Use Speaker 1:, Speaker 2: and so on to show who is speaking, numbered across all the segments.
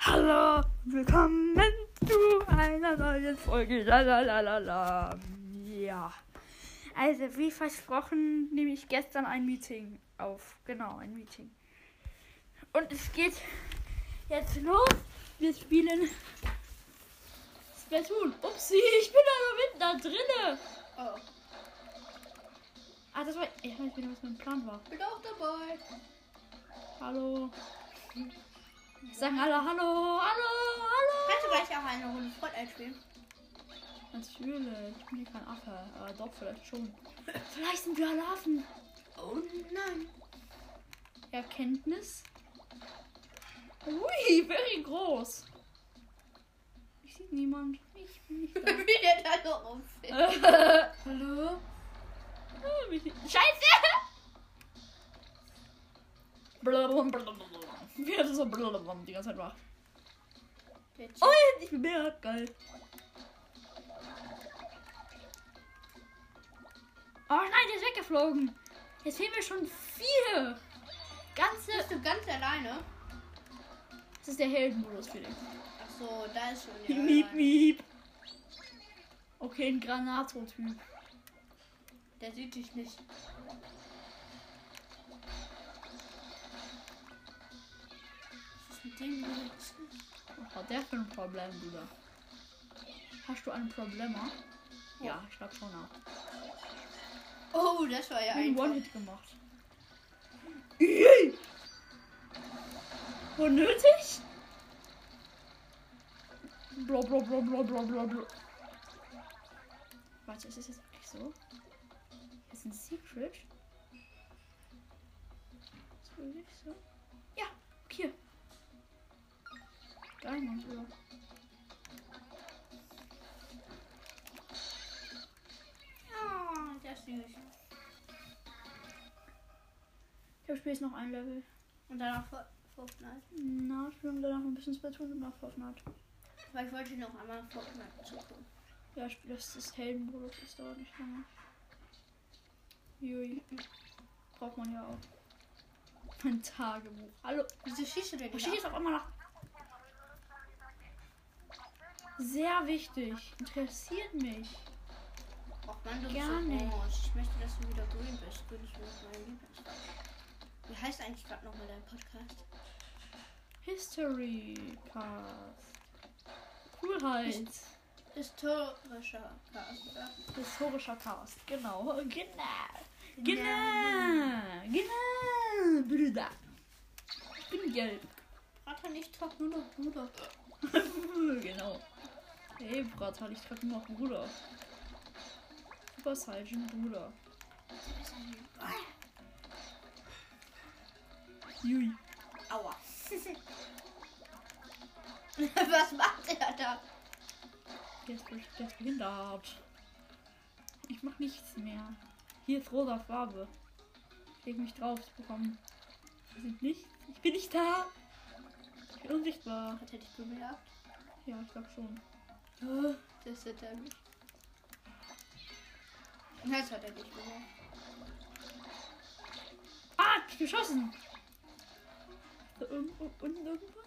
Speaker 1: Hallo, willkommen zu einer neuen Folge. Lalalala. Ja. Also, wie versprochen, nehme ich gestern ein Meeting auf. Genau, ein Meeting. Und es geht jetzt los. Wir spielen.
Speaker 2: Splatoon. Upsi, ich bin aber mitten da drinne.
Speaker 3: Oh,
Speaker 2: Ah, das war. Ich weiß nicht mehr, was mein Plan war.
Speaker 3: bin auch dabei.
Speaker 2: Hallo. Sagen alle Hallo, Hallo,
Speaker 3: Kannst du
Speaker 2: Hallo.
Speaker 3: gleich auch eine Runde Fortnite spielen?
Speaker 2: Natürlich, ich bin hier kein Affe. Aber doch, vielleicht schon. Vielleicht sind wir alle Affen.
Speaker 3: Oh nein.
Speaker 2: Erkenntnis. Ui, very groß. Ich sehe niemand. Ich bin nicht da.
Speaker 3: Wie der da so rumfällt.
Speaker 2: Hallo? Ah, mich- Scheiße! Blablabla, blablabla. Wie hat das so blablabla die ganze Zeit macht.
Speaker 3: Der Typ.
Speaker 2: Oh, ich bin mehr geil. Oh nein, der ist weggeflogen. Jetzt fehlen mir schon vier. Ganze.
Speaker 3: Bist du ganz alleine?
Speaker 2: Das ist der Heldenmodus für dich.
Speaker 3: Achso, da ist schon der.
Speaker 2: Miep, miep. Okay, ein Granato-Typ.
Speaker 3: Der sieht dich nicht. Was ist mit dem los?
Speaker 2: Was hat der für ein Problem, Bruder? Hast du ein Problem? ha? Ja, ich schlag schon ab.
Speaker 3: Oh, das war ja
Speaker 2: Ich hab einen
Speaker 3: ein.
Speaker 2: One-Hit gemacht. Ih! Unnötig? Bla bla bla bla bla bla bla. Warte, ist das jetzt wirklich so? Ist ein Secret? Ist das wirklich so? Ja, hier. Geil, Mann, Bruder.
Speaker 3: Oh, das ist süß.
Speaker 2: Ich hab später noch ein Level.
Speaker 3: Und danach Fort- Fortnite.
Speaker 2: Na, ich will danach ein bisschen Splatoon und nach Fortnite.
Speaker 3: Weil ich wollte noch einmal Fortnite zocken.
Speaker 2: Ja, ich spiele das ist Heldenmodus, das dauert nicht lange. Jui. Braucht man ja auch. Mein Tagebuch. Hallo.
Speaker 3: Wieso schießt du denn
Speaker 2: Ich schicke
Speaker 3: nicht?
Speaker 2: jetzt auf einmal nach. Sehr wichtig. Interessiert mich.
Speaker 3: Ach man, du
Speaker 2: Gar
Speaker 3: bist so
Speaker 2: nicht.
Speaker 3: orange. Ich möchte, dass du wieder grün bist. Grün ist übrigens mein Lieblings. Wie heißt eigentlich gerade nochmal dein Podcast?
Speaker 2: History Cast. Coolheit.
Speaker 3: Historischer Cast, oder?
Speaker 2: Historischer Cast. Genau. Genau. Genau. Genau. Brüder. Ich bin gelb.
Speaker 3: Vater nicht top, nur noch Bruder.
Speaker 2: genau. Hey, Bratal, ich treffe nur noch Bruder. Super Saiyan Bruder. Jui.
Speaker 3: Aua. Was macht der da?
Speaker 2: Jetzt bin ich jetzt behindert. Ich mach nichts mehr. Hier ist rosa Farbe. Ich leg mich drauf zu bekommen. Wir sind nicht. Ich bin nicht da. Ich bin unsichtbar.
Speaker 3: Hat er dich bemerkt?
Speaker 2: Ja, ich glaube schon.
Speaker 3: Oh, Das hat er mich. Nein, das hat er nicht bemerkt.
Speaker 2: Ah, ich hab geschossen. Da irgendwo, unten irgendwas?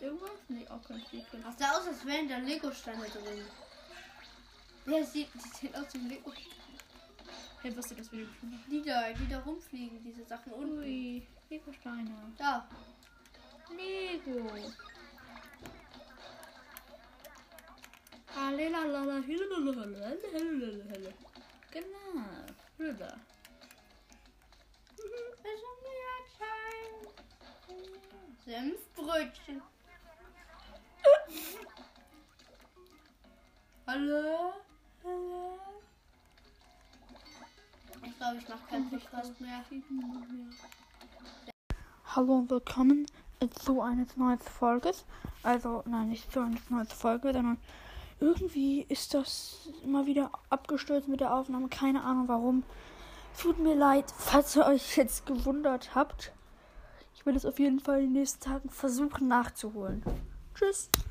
Speaker 2: irgendwas? Nee, auch kein Secret.
Speaker 3: Das sah aus, als wären da Lego-Steine drin. Ja, sieht, die sehen aus wie Lego.
Speaker 2: Hey, was ist das Video schon?
Speaker 3: Die da, die da rumfliegen, diese Sachen unten.
Speaker 2: Ui, Lego-Steine.
Speaker 3: Da.
Speaker 2: Lego. Hallelalala, hilalalala, hilalalala. Genau, Bruder.
Speaker 3: Ist ein Meerschein. Senfbrötchen. Hallo? Hallo? Ich glaube, ich mache keinen Podcast mehr.
Speaker 1: Hallo und willkommen zu einer neuen Folge. Also, nein, nicht zu einer neuen Folge, sondern irgendwie ist das mal wieder abgestürzt mit der Aufnahme. Keine Ahnung warum. Tut mir leid, falls ihr euch jetzt gewundert habt. Ich werde es auf jeden Fall in den nächsten Tagen versuchen nachzuholen. Tschüss.